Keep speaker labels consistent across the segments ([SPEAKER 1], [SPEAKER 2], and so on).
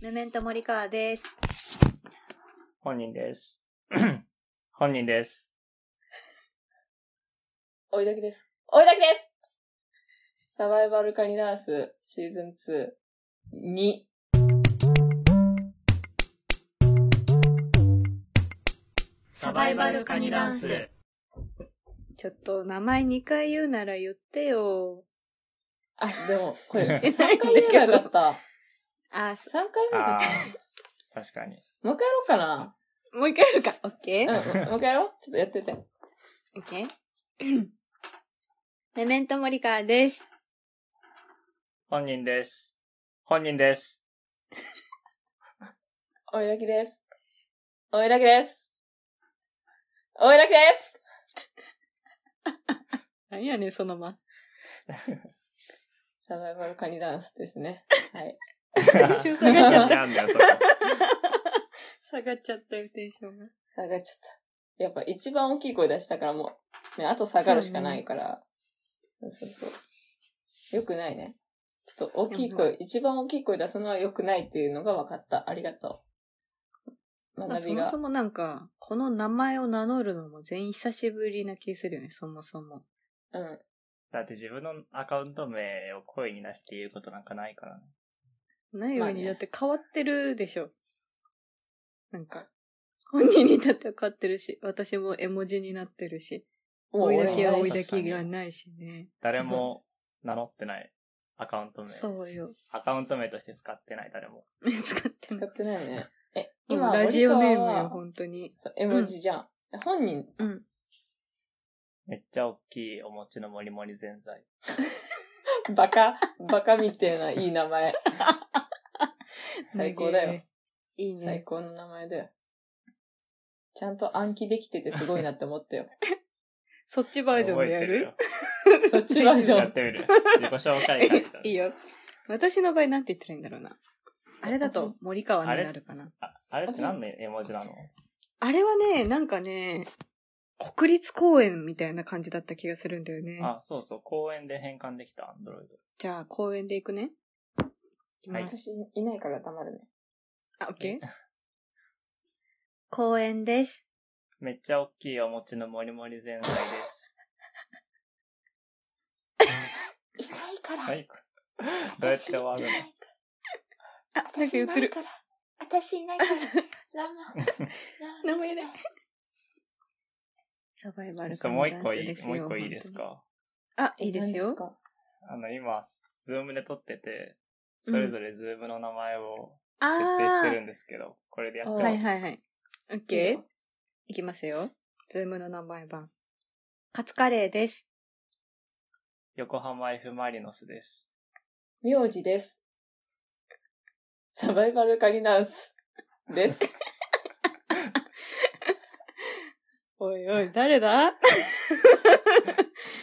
[SPEAKER 1] メメント森川です。
[SPEAKER 2] 本人です。 本人です。
[SPEAKER 3] 追いだきです。追いだきですサバイバルカニナースシーズン2、2。
[SPEAKER 1] サバイバルカニダンス。ちょっと名前2回言うなら言ってよ。
[SPEAKER 3] あ、でも、これ、3
[SPEAKER 1] えないんだ
[SPEAKER 3] 回
[SPEAKER 1] けど
[SPEAKER 3] 言えばよかった。3
[SPEAKER 1] あ、す
[SPEAKER 3] 回言えばよ
[SPEAKER 2] あ
[SPEAKER 3] かっ
[SPEAKER 2] あ、確かに。
[SPEAKER 3] た。もう一回やろうかな。
[SPEAKER 1] もう一回やるか。オッケ
[SPEAKER 3] うん、
[SPEAKER 1] ー
[SPEAKER 3] もう一回やろう。ちょっとやってて。
[SPEAKER 1] オッケー メメント森川です。
[SPEAKER 2] 本人です。本人です。
[SPEAKER 3] 追いだきです。追いだきです。追いだきです。
[SPEAKER 1] 何やねん、その間。
[SPEAKER 3] サバイバルカニダンスですね。はい。
[SPEAKER 2] 下
[SPEAKER 1] ンション下が
[SPEAKER 2] っ
[SPEAKER 3] っ
[SPEAKER 2] ち
[SPEAKER 3] ち
[SPEAKER 2] ゃ
[SPEAKER 3] ゃ
[SPEAKER 2] っ
[SPEAKER 3] ったた
[SPEAKER 2] んだよ、そ
[SPEAKER 1] 下がっちゃったよ、テンションが。
[SPEAKER 3] 下がっちゃった。やっぱ一番大きい声出したからもう、ね、あと下がるしかないから。そうそうよくないね。ちょっと大きい声、一番大きい声出すのは良くないっていうのが分かった。ありがとう。学
[SPEAKER 1] そ
[SPEAKER 3] び
[SPEAKER 1] も
[SPEAKER 3] が
[SPEAKER 1] そ。もなんか、この名前を名乗るのも全員久しぶりな気するよね、そもそも。
[SPEAKER 3] うん。
[SPEAKER 2] だって自分のアカウント名を声に出して言うことなんかないからね。
[SPEAKER 1] ないように、
[SPEAKER 3] まあね
[SPEAKER 1] だって変わってるでしょ。なんか、本人にだって変わってるし、私も絵文字になってるし、
[SPEAKER 3] も
[SPEAKER 1] 追いだけは
[SPEAKER 2] 多
[SPEAKER 1] 追い
[SPEAKER 3] だ
[SPEAKER 1] だけがないしね。
[SPEAKER 2] 誰も名乗ってないアカウント名。
[SPEAKER 1] そうよ。
[SPEAKER 2] アカウント名として使ってない、誰も。
[SPEAKER 1] 使ってん
[SPEAKER 3] 使
[SPEAKER 1] の。
[SPEAKER 3] ってないよ ね。え、
[SPEAKER 1] 今、
[SPEAKER 3] 今、
[SPEAKER 1] ラジオネーム
[SPEAKER 3] 森川
[SPEAKER 1] よ、
[SPEAKER 3] は
[SPEAKER 1] 本当に。
[SPEAKER 3] そう絵文字じゃん。本人、
[SPEAKER 1] うん。
[SPEAKER 2] めっちゃ大きいお餅のもりもりぜんざい。
[SPEAKER 3] バカ、バカみてえないい 名前。最高だよ。
[SPEAKER 1] いい
[SPEAKER 3] 最
[SPEAKER 1] ね。
[SPEAKER 3] 高の名前だよ。ちゃんと暗記できててすごいなって思った よ。
[SPEAKER 1] そっちバージョンでやる
[SPEAKER 3] そっちバージョン
[SPEAKER 2] やってみる。自己紹介会みた
[SPEAKER 1] いい
[SPEAKER 2] いな。
[SPEAKER 1] よ。私の場合なんて言ったらいいんだろうな。あれだと森川になるかな。
[SPEAKER 2] ああれって何の絵文字なの
[SPEAKER 1] あれはね、なんかね、国立公園みたいな感じだった気がするんだよね。
[SPEAKER 2] あ、そうそう、公園で変換できた、アンドロイド。
[SPEAKER 1] じゃあ、公園で行くね。行き
[SPEAKER 2] はい
[SPEAKER 1] ます。
[SPEAKER 3] 私いないから黙るね。
[SPEAKER 1] あ、オッケー。 公園です。
[SPEAKER 2] めっちゃ大きいお餅のもりもりぜんざいです。
[SPEAKER 3] いないから
[SPEAKER 2] はい。 どうやって終わるの
[SPEAKER 1] あ、なんか言ってる。
[SPEAKER 3] ら。私いないから。
[SPEAKER 1] 名前だ。サバイバル
[SPEAKER 2] ちょっともう一個いい、もう一個いいですか
[SPEAKER 1] あ、いいですよ。
[SPEAKER 2] あの、今、ズームで撮ってて、それぞれズームの名前を
[SPEAKER 1] あ
[SPEAKER 2] 設定して
[SPEAKER 1] ー
[SPEAKER 2] るんですけど、これでやって
[SPEAKER 3] あ
[SPEAKER 2] も
[SPEAKER 3] ー
[SPEAKER 1] はいはいはい。オッ
[SPEAKER 3] いい
[SPEAKER 1] ケー
[SPEAKER 3] よ。
[SPEAKER 1] いきますよ。ズームの名前版。カツカレーです。
[SPEAKER 2] 横浜 F ・マリノスです。
[SPEAKER 3] 名字です。サバイバルカリナンスです。
[SPEAKER 1] おいおい、誰だ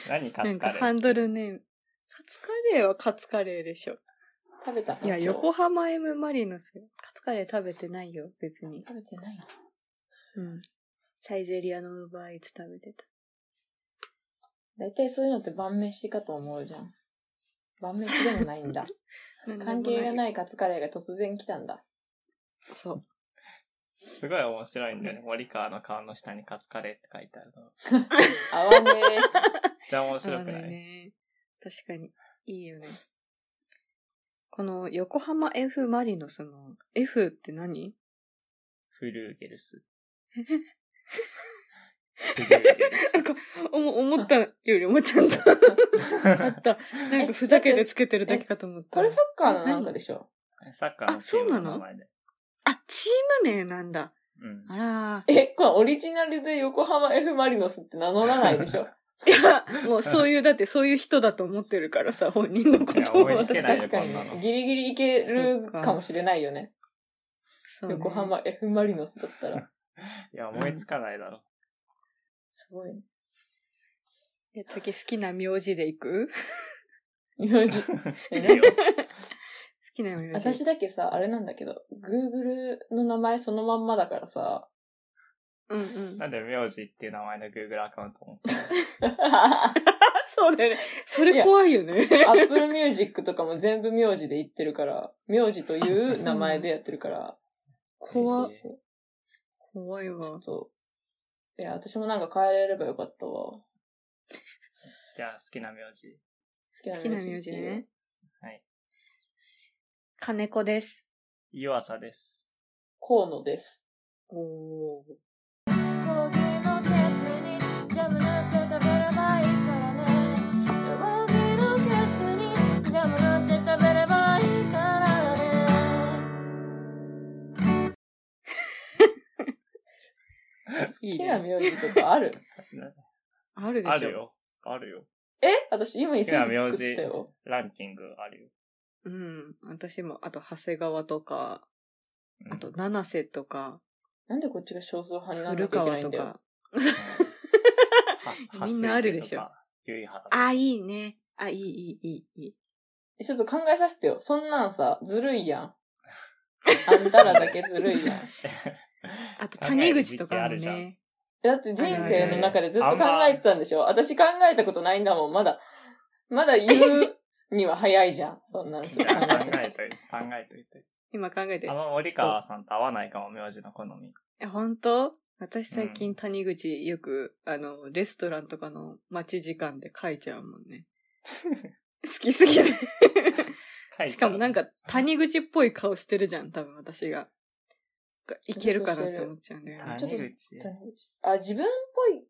[SPEAKER 2] 何カ
[SPEAKER 1] なん
[SPEAKER 2] ツ
[SPEAKER 1] か
[SPEAKER 2] カレ
[SPEAKER 1] ハ
[SPEAKER 2] ー
[SPEAKER 1] ンドルネーム。カツカレーはカツカレーでしょ。
[SPEAKER 3] 食べた。
[SPEAKER 1] いや、
[SPEAKER 3] 今日
[SPEAKER 1] 横浜 M マリノスよ。カツカレー食べてないよ、別に。
[SPEAKER 3] 食べてないの
[SPEAKER 1] うん。サイゼリアのウーバーイーツ食べてた。
[SPEAKER 3] だいたいそういうのって晩飯かと思うじゃん。晩飯でもないん だ。関係が
[SPEAKER 1] い。
[SPEAKER 3] ないカツカレーが突然来たんだ。
[SPEAKER 1] そう。
[SPEAKER 2] すごい面白いんだよね。森川の顔の下にカツカレーって書いてあるの。めっ
[SPEAKER 3] 合わね
[SPEAKER 2] ちゃ面白く
[SPEAKER 1] 合
[SPEAKER 2] な
[SPEAKER 1] わ
[SPEAKER 2] い
[SPEAKER 1] ないね。確かに。いいよね。この横浜 F マリノスの F って何
[SPEAKER 2] フルーゲル ス。フルーゲル ス。
[SPEAKER 1] おも思ったより思っちゃった。あ った。なんかふざけてつけてるだけかと思っ
[SPEAKER 3] え。
[SPEAKER 1] た。
[SPEAKER 3] これサッカーのなんかでしょ
[SPEAKER 2] サッカーのチームの名前で。
[SPEAKER 1] あ、チーム名なんだ。
[SPEAKER 2] うん。
[SPEAKER 1] あら
[SPEAKER 3] え、これオリジナルで横浜 F ・マリノスって名乗らないでしょ
[SPEAKER 1] ー。いや、もうそういう、だってそういう人だと思ってるからさ、本人のこ
[SPEAKER 2] いや
[SPEAKER 1] とを
[SPEAKER 2] 思いつけない
[SPEAKER 3] 確かに
[SPEAKER 2] こんなの
[SPEAKER 3] ね。ギリギリいけるかもしれないよね。
[SPEAKER 1] そうね
[SPEAKER 3] 横浜 F ・マリノスだったら。
[SPEAKER 2] いや、思いつかないだろ。
[SPEAKER 3] すごいね。
[SPEAKER 1] いや次好きな名字で行く好
[SPEAKER 3] 名 字。え
[SPEAKER 2] いいよ
[SPEAKER 1] きな名字。
[SPEAKER 3] 私だけさ、あれなんだけど、Google の名前そのまんまだから さ。
[SPEAKER 1] うんうん。
[SPEAKER 2] なんで名字っていう名前の Google アカウントも。
[SPEAKER 3] あ
[SPEAKER 1] そうだよね。それ怖いよね。
[SPEAKER 3] アップルミュージックとかも全部名字で言ってるから、名字という名前でやってるから、
[SPEAKER 1] 怖っ
[SPEAKER 2] いいね
[SPEAKER 1] 怖い
[SPEAKER 3] ちょ
[SPEAKER 1] わ
[SPEAKER 3] っ。と、いや、私もなんか変えればよかったわ。好
[SPEAKER 2] じゃあ、好きな名字。
[SPEAKER 3] きな
[SPEAKER 1] 好きな名字
[SPEAKER 3] 言って
[SPEAKER 1] ね。
[SPEAKER 2] はい。
[SPEAKER 1] 金子です。
[SPEAKER 2] 湯浅です。
[SPEAKER 3] 河野です。
[SPEAKER 1] おお。
[SPEAKER 4] 講義のケツにジャムなんて食べればいいからね講義のケツにジャムなんて食べればいいからね
[SPEAKER 1] い
[SPEAKER 3] 好
[SPEAKER 1] い
[SPEAKER 3] きな
[SPEAKER 1] ね。
[SPEAKER 3] 名字とか ある
[SPEAKER 1] あるでしょ。
[SPEAKER 2] あるよ。あるよ。
[SPEAKER 3] え私今一緒に作ったよ。
[SPEAKER 2] ランキングあるよ。
[SPEAKER 1] うん。私も、あと、長谷川とか、
[SPEAKER 2] うん
[SPEAKER 1] あと、七瀬とか、
[SPEAKER 3] なんでこっちが少数派にならな
[SPEAKER 1] 古
[SPEAKER 3] きゃいけな
[SPEAKER 1] 川
[SPEAKER 3] いん
[SPEAKER 1] と
[SPEAKER 3] だよ。
[SPEAKER 1] か。
[SPEAKER 2] は
[SPEAKER 1] みんなあるでしょ。
[SPEAKER 2] はっすいけとかゆいはだとか
[SPEAKER 1] あ、いいね。あ、いい、いい、いい、いい。
[SPEAKER 3] ちょっと考えさせてよ。そんなんさ、ずるいやん。あんたらだけず るいやん。
[SPEAKER 1] あと、
[SPEAKER 2] 考える
[SPEAKER 1] 谷口とか
[SPEAKER 2] 時期あ
[SPEAKER 1] も
[SPEAKER 2] るじゃん
[SPEAKER 1] ね。
[SPEAKER 3] だって人生の中でずっと考えてたんでしょ私考えたことないんだもん、まだ。まだ言うには早いじゃん。そんなのち
[SPEAKER 2] じ
[SPEAKER 3] ょっと
[SPEAKER 2] ゃ
[SPEAKER 3] 考
[SPEAKER 2] あ考
[SPEAKER 3] えて。
[SPEAKER 2] えといて、考えといて。
[SPEAKER 1] 今考えて
[SPEAKER 2] あん。ま森川さんと合わないかも、名字の 好み。
[SPEAKER 1] え、本当私最
[SPEAKER 2] う
[SPEAKER 1] 近谷口よく、あの、レストランとかの待ち時間で書いちゃうもんね。好きすぎて。
[SPEAKER 2] 書いちゃう
[SPEAKER 1] しかもなん、か谷口っぽい顔してるじゃん、多分私が。いけるかなって思っちゃうんだよね。
[SPEAKER 2] 谷口。
[SPEAKER 3] あ、自分っぽい。。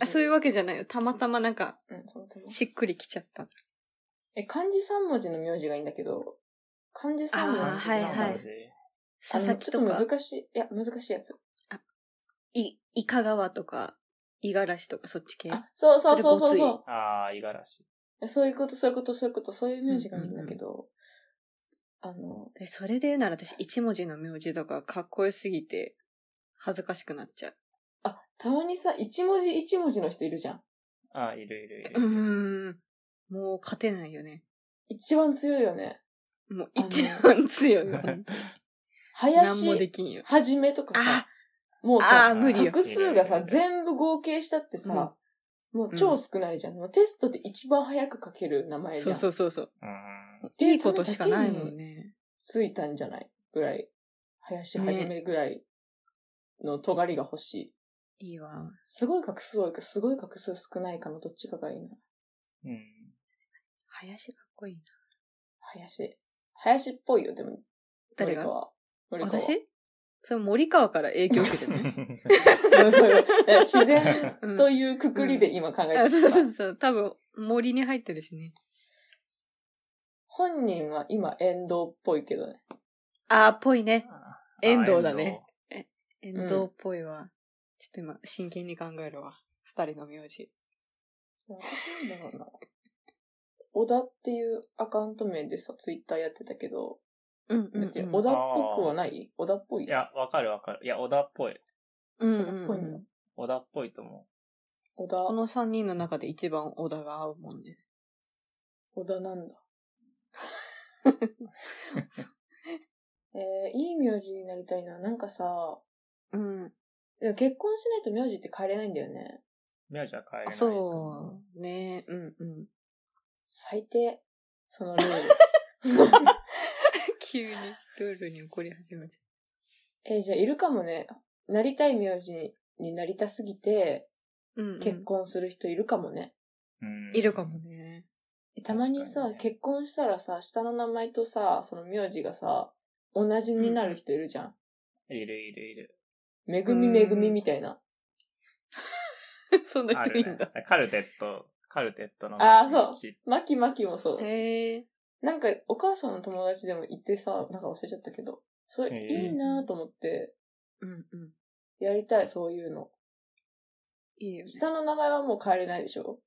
[SPEAKER 1] あ、そういううわけじゃないよ。たまたまなんか、
[SPEAKER 3] ん、そのたま
[SPEAKER 1] しっくりきちゃった。
[SPEAKER 3] え、漢字三文字の名字がいいんだけど、漢字三文字
[SPEAKER 1] あーはい
[SPEAKER 3] あの
[SPEAKER 1] はい佐々木
[SPEAKER 3] ちょ
[SPEAKER 1] と
[SPEAKER 3] っと
[SPEAKER 1] か、
[SPEAKER 3] 難しい、いや、難しいやつ。
[SPEAKER 1] い、いかがわとか、いがらしとか、そっち系。
[SPEAKER 3] あ、そうそうそう
[SPEAKER 1] そ
[SPEAKER 3] そう
[SPEAKER 1] れごつい
[SPEAKER 3] そ
[SPEAKER 2] ああ、五十嵐。
[SPEAKER 3] う。そういうこと、そういうこと、そういうこと、そういう名字がいいんだけど、あの、
[SPEAKER 1] でそれで言うなら私、一文字の名字とか、かっこよすぎて、恥ずかしくなっちゃう。
[SPEAKER 3] あ、たまにさ、一文字一文字の人いるじゃん。
[SPEAKER 2] ああ、いるいるいる。
[SPEAKER 1] うーん。もう勝てないよね。
[SPEAKER 3] 一番強いよね。
[SPEAKER 1] もう
[SPEAKER 3] あの
[SPEAKER 1] 一番強いよ。 何もで
[SPEAKER 3] 林、
[SPEAKER 1] きんよ。
[SPEAKER 3] はじめとかさ
[SPEAKER 1] あ、
[SPEAKER 3] もう
[SPEAKER 1] あ
[SPEAKER 3] さ
[SPEAKER 1] ー、無理よ
[SPEAKER 3] 画数が
[SPEAKER 2] い
[SPEAKER 3] さ、
[SPEAKER 2] るいるいる
[SPEAKER 3] 全部合計したってさ、もう超少ないじゃん。もうテストで一番早く書ける名前じ
[SPEAKER 1] そ
[SPEAKER 3] ゃ。
[SPEAKER 1] うんそうそうそう。
[SPEAKER 2] うん。
[SPEAKER 1] いいことしかないもんね。
[SPEAKER 3] ついたんじゃないぐらい。林はじめぐらいの尖りが欲しい。
[SPEAKER 1] いいわ。
[SPEAKER 3] すごい画数多いか、すごい画数少ないかのどっちかがいいな。
[SPEAKER 2] うん。
[SPEAKER 1] 林かっこいいな。
[SPEAKER 3] 林。林っぽいよ、でも。
[SPEAKER 1] 誰が
[SPEAKER 3] が森川。
[SPEAKER 1] 私それ森川から影響受けてる、ね。
[SPEAKER 3] 森川だから 自然というくくりで今考えてた
[SPEAKER 1] あそうそうそう。多分、森に入ってるしね。
[SPEAKER 3] 本人は今、遠藤っぽいけどね。
[SPEAKER 1] あー、ぽいね。 遠藤だね。遠
[SPEAKER 3] 藤
[SPEAKER 1] 藤っぽいわ。ちょっと今、真剣に考えるわ。二人の名字。
[SPEAKER 3] 私なんだろ うな。小田っていうアカウント名でさ、ツイッターやってたけど、
[SPEAKER 1] うん、うん、うん。
[SPEAKER 3] 別に小田っぽくはない小田っぽい
[SPEAKER 2] いや、わかるわかる。いや、小田っぽい。
[SPEAKER 1] うん、
[SPEAKER 3] 小
[SPEAKER 1] うんう
[SPEAKER 3] 田っぽいの
[SPEAKER 1] ん。
[SPEAKER 2] 小田っぽいと思
[SPEAKER 3] 小
[SPEAKER 1] こ
[SPEAKER 3] 田、
[SPEAKER 1] の三人の中で一番小田が合うもんね。
[SPEAKER 3] 小田な んだ。えー、いい名字になりたいな。なんかさ、
[SPEAKER 1] うん。
[SPEAKER 3] でも結婚しないと名字って変えれないんだよね。
[SPEAKER 2] う。名字は変えれ
[SPEAKER 1] あ
[SPEAKER 2] ない。
[SPEAKER 1] そう。ねうん、うん。
[SPEAKER 3] 最低。そのルー ル。
[SPEAKER 1] 急にルールに怒り始めちゃ
[SPEAKER 3] えーじゃあいるかもね。なりたい名字にになりたすぎて、
[SPEAKER 1] う。うん、うん。
[SPEAKER 3] 結婚する人いるかもね。
[SPEAKER 2] う。
[SPEAKER 1] いるかも。ね。
[SPEAKER 3] たまに
[SPEAKER 2] 確か
[SPEAKER 3] さ、
[SPEAKER 2] にね
[SPEAKER 3] 結婚したらさ、下の名前とさ、その名字がさ、同じになる人いるじゃん。
[SPEAKER 2] いるいるい る。
[SPEAKER 3] めぐみめぐみみたいな。
[SPEAKER 1] そん
[SPEAKER 2] あるね。カルテット、カルテットの。
[SPEAKER 3] あーそうまきまきもそう。
[SPEAKER 1] へえ。
[SPEAKER 3] なんか、お母さんの友達でもいてさ、なんか忘れちゃったけど、それ
[SPEAKER 2] へえ
[SPEAKER 3] いいなと思って、
[SPEAKER 1] うん、うん。
[SPEAKER 3] やりたい、そういうの。
[SPEAKER 1] いいよね。
[SPEAKER 3] 下の名前はもう変えれないでしょ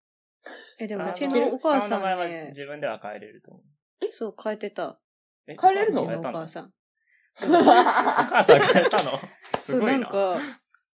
[SPEAKER 1] え、で
[SPEAKER 2] あ
[SPEAKER 1] も
[SPEAKER 2] の
[SPEAKER 1] うちのお母さ
[SPEAKER 2] 下の名
[SPEAKER 1] ん
[SPEAKER 2] 前は
[SPEAKER 1] ね、
[SPEAKER 2] 自分では変えれると思う。
[SPEAKER 1] そう変えてた。
[SPEAKER 2] え
[SPEAKER 3] 変えれるの
[SPEAKER 1] うちのお
[SPEAKER 2] お母
[SPEAKER 1] 母
[SPEAKER 2] さん
[SPEAKER 1] さん。
[SPEAKER 2] お母さん変えたの
[SPEAKER 1] そ
[SPEAKER 2] す
[SPEAKER 1] う、
[SPEAKER 2] ご
[SPEAKER 1] ないん
[SPEAKER 2] な。
[SPEAKER 1] か、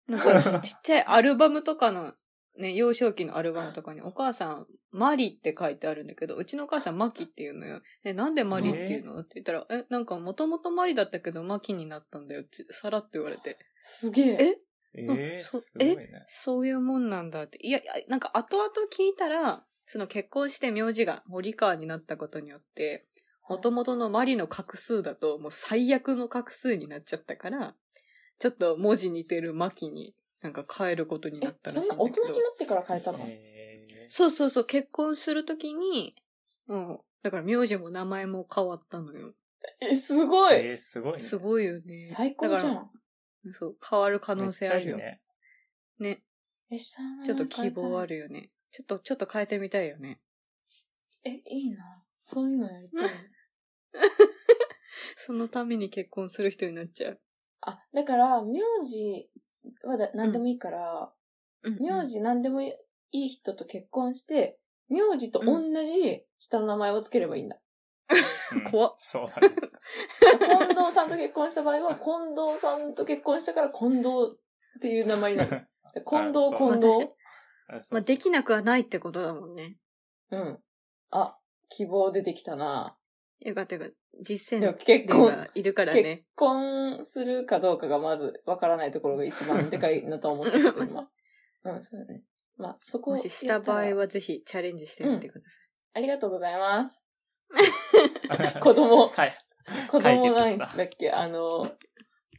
[SPEAKER 1] なんかそのちっちゃいアルバムとかの、ね、幼少期のアルバムとかにお母さん、マリって書いてあるんだけど、うちのお母さんマキっていうのよ。え、なんでマリっていうのって言ったら、え、なんかもともとマリだったけどマキになったんだよってさらって言われて。
[SPEAKER 3] すげえ。
[SPEAKER 1] え
[SPEAKER 2] ええ
[SPEAKER 1] そ
[SPEAKER 2] すごいね。
[SPEAKER 1] そういうもんなんだって。いや、いやなんか後々聞いたら、その結婚して名字が堀川になったことによって、元々のマリの画数だともう最悪の画数になっちゃったから、ちょっと文字似てるマキになんか変えることにな
[SPEAKER 3] え
[SPEAKER 1] っ、た
[SPEAKER 3] そ
[SPEAKER 1] らし
[SPEAKER 3] ん
[SPEAKER 1] い
[SPEAKER 3] なん
[SPEAKER 1] だ
[SPEAKER 3] 大
[SPEAKER 1] けど
[SPEAKER 3] 人にな。ってから変えたの
[SPEAKER 2] ええ
[SPEAKER 1] そうそうそう、結婚するときに、うん。だから名字も名前も変わったのよ。
[SPEAKER 3] え、すご
[SPEAKER 2] え
[SPEAKER 3] い
[SPEAKER 2] えすごいね。
[SPEAKER 1] すごいよね。
[SPEAKER 3] 最高じゃ
[SPEAKER 1] だか
[SPEAKER 3] ん。
[SPEAKER 1] ら。そう、変わる可能性あるよ。
[SPEAKER 2] めっちゃいいね。
[SPEAKER 1] ね。
[SPEAKER 3] え、下の名前
[SPEAKER 1] ちょっと希望あ
[SPEAKER 3] る。
[SPEAKER 1] るよね。ちょっと、ちょっと変えてみたいよね。
[SPEAKER 3] え、いいな。そういうのやりたい。
[SPEAKER 1] そのために結婚する人になっちゃう。
[SPEAKER 3] あ、だから、名字はだ何でもいいから、名字何でもいい人と結婚して、名字と同じ下の名前をつければいいんだ。
[SPEAKER 2] うん
[SPEAKER 1] 怖っ
[SPEAKER 2] そうだね。
[SPEAKER 3] 近藤さんと結婚した場合は、近藤さんと結婚したから近藤っていう 名前にな る。近藤、
[SPEAKER 2] あそう
[SPEAKER 3] 近
[SPEAKER 1] まあ確か
[SPEAKER 3] 藤
[SPEAKER 1] に。まあ、できなくはないってことだもんね。
[SPEAKER 3] うん。あ、希望出てきたな。
[SPEAKER 1] よかったよかった。実
[SPEAKER 3] で
[SPEAKER 1] 践
[SPEAKER 3] も結
[SPEAKER 1] 例
[SPEAKER 3] 婚
[SPEAKER 1] が、いるから
[SPEAKER 3] 結
[SPEAKER 1] ね。
[SPEAKER 3] 婚するかどうかがまずわからないところが一番でかいなとは思ってるけ ど今。うん、そうだね。まあ、そこ
[SPEAKER 1] もしした場
[SPEAKER 3] や
[SPEAKER 1] 合
[SPEAKER 3] ったら。
[SPEAKER 1] はぜひチャレンジしてみてくださ
[SPEAKER 3] ありがとうございます。
[SPEAKER 2] な
[SPEAKER 3] 子供、
[SPEAKER 2] はい。
[SPEAKER 3] 子供なんだ
[SPEAKER 2] 解決した
[SPEAKER 3] っけあの、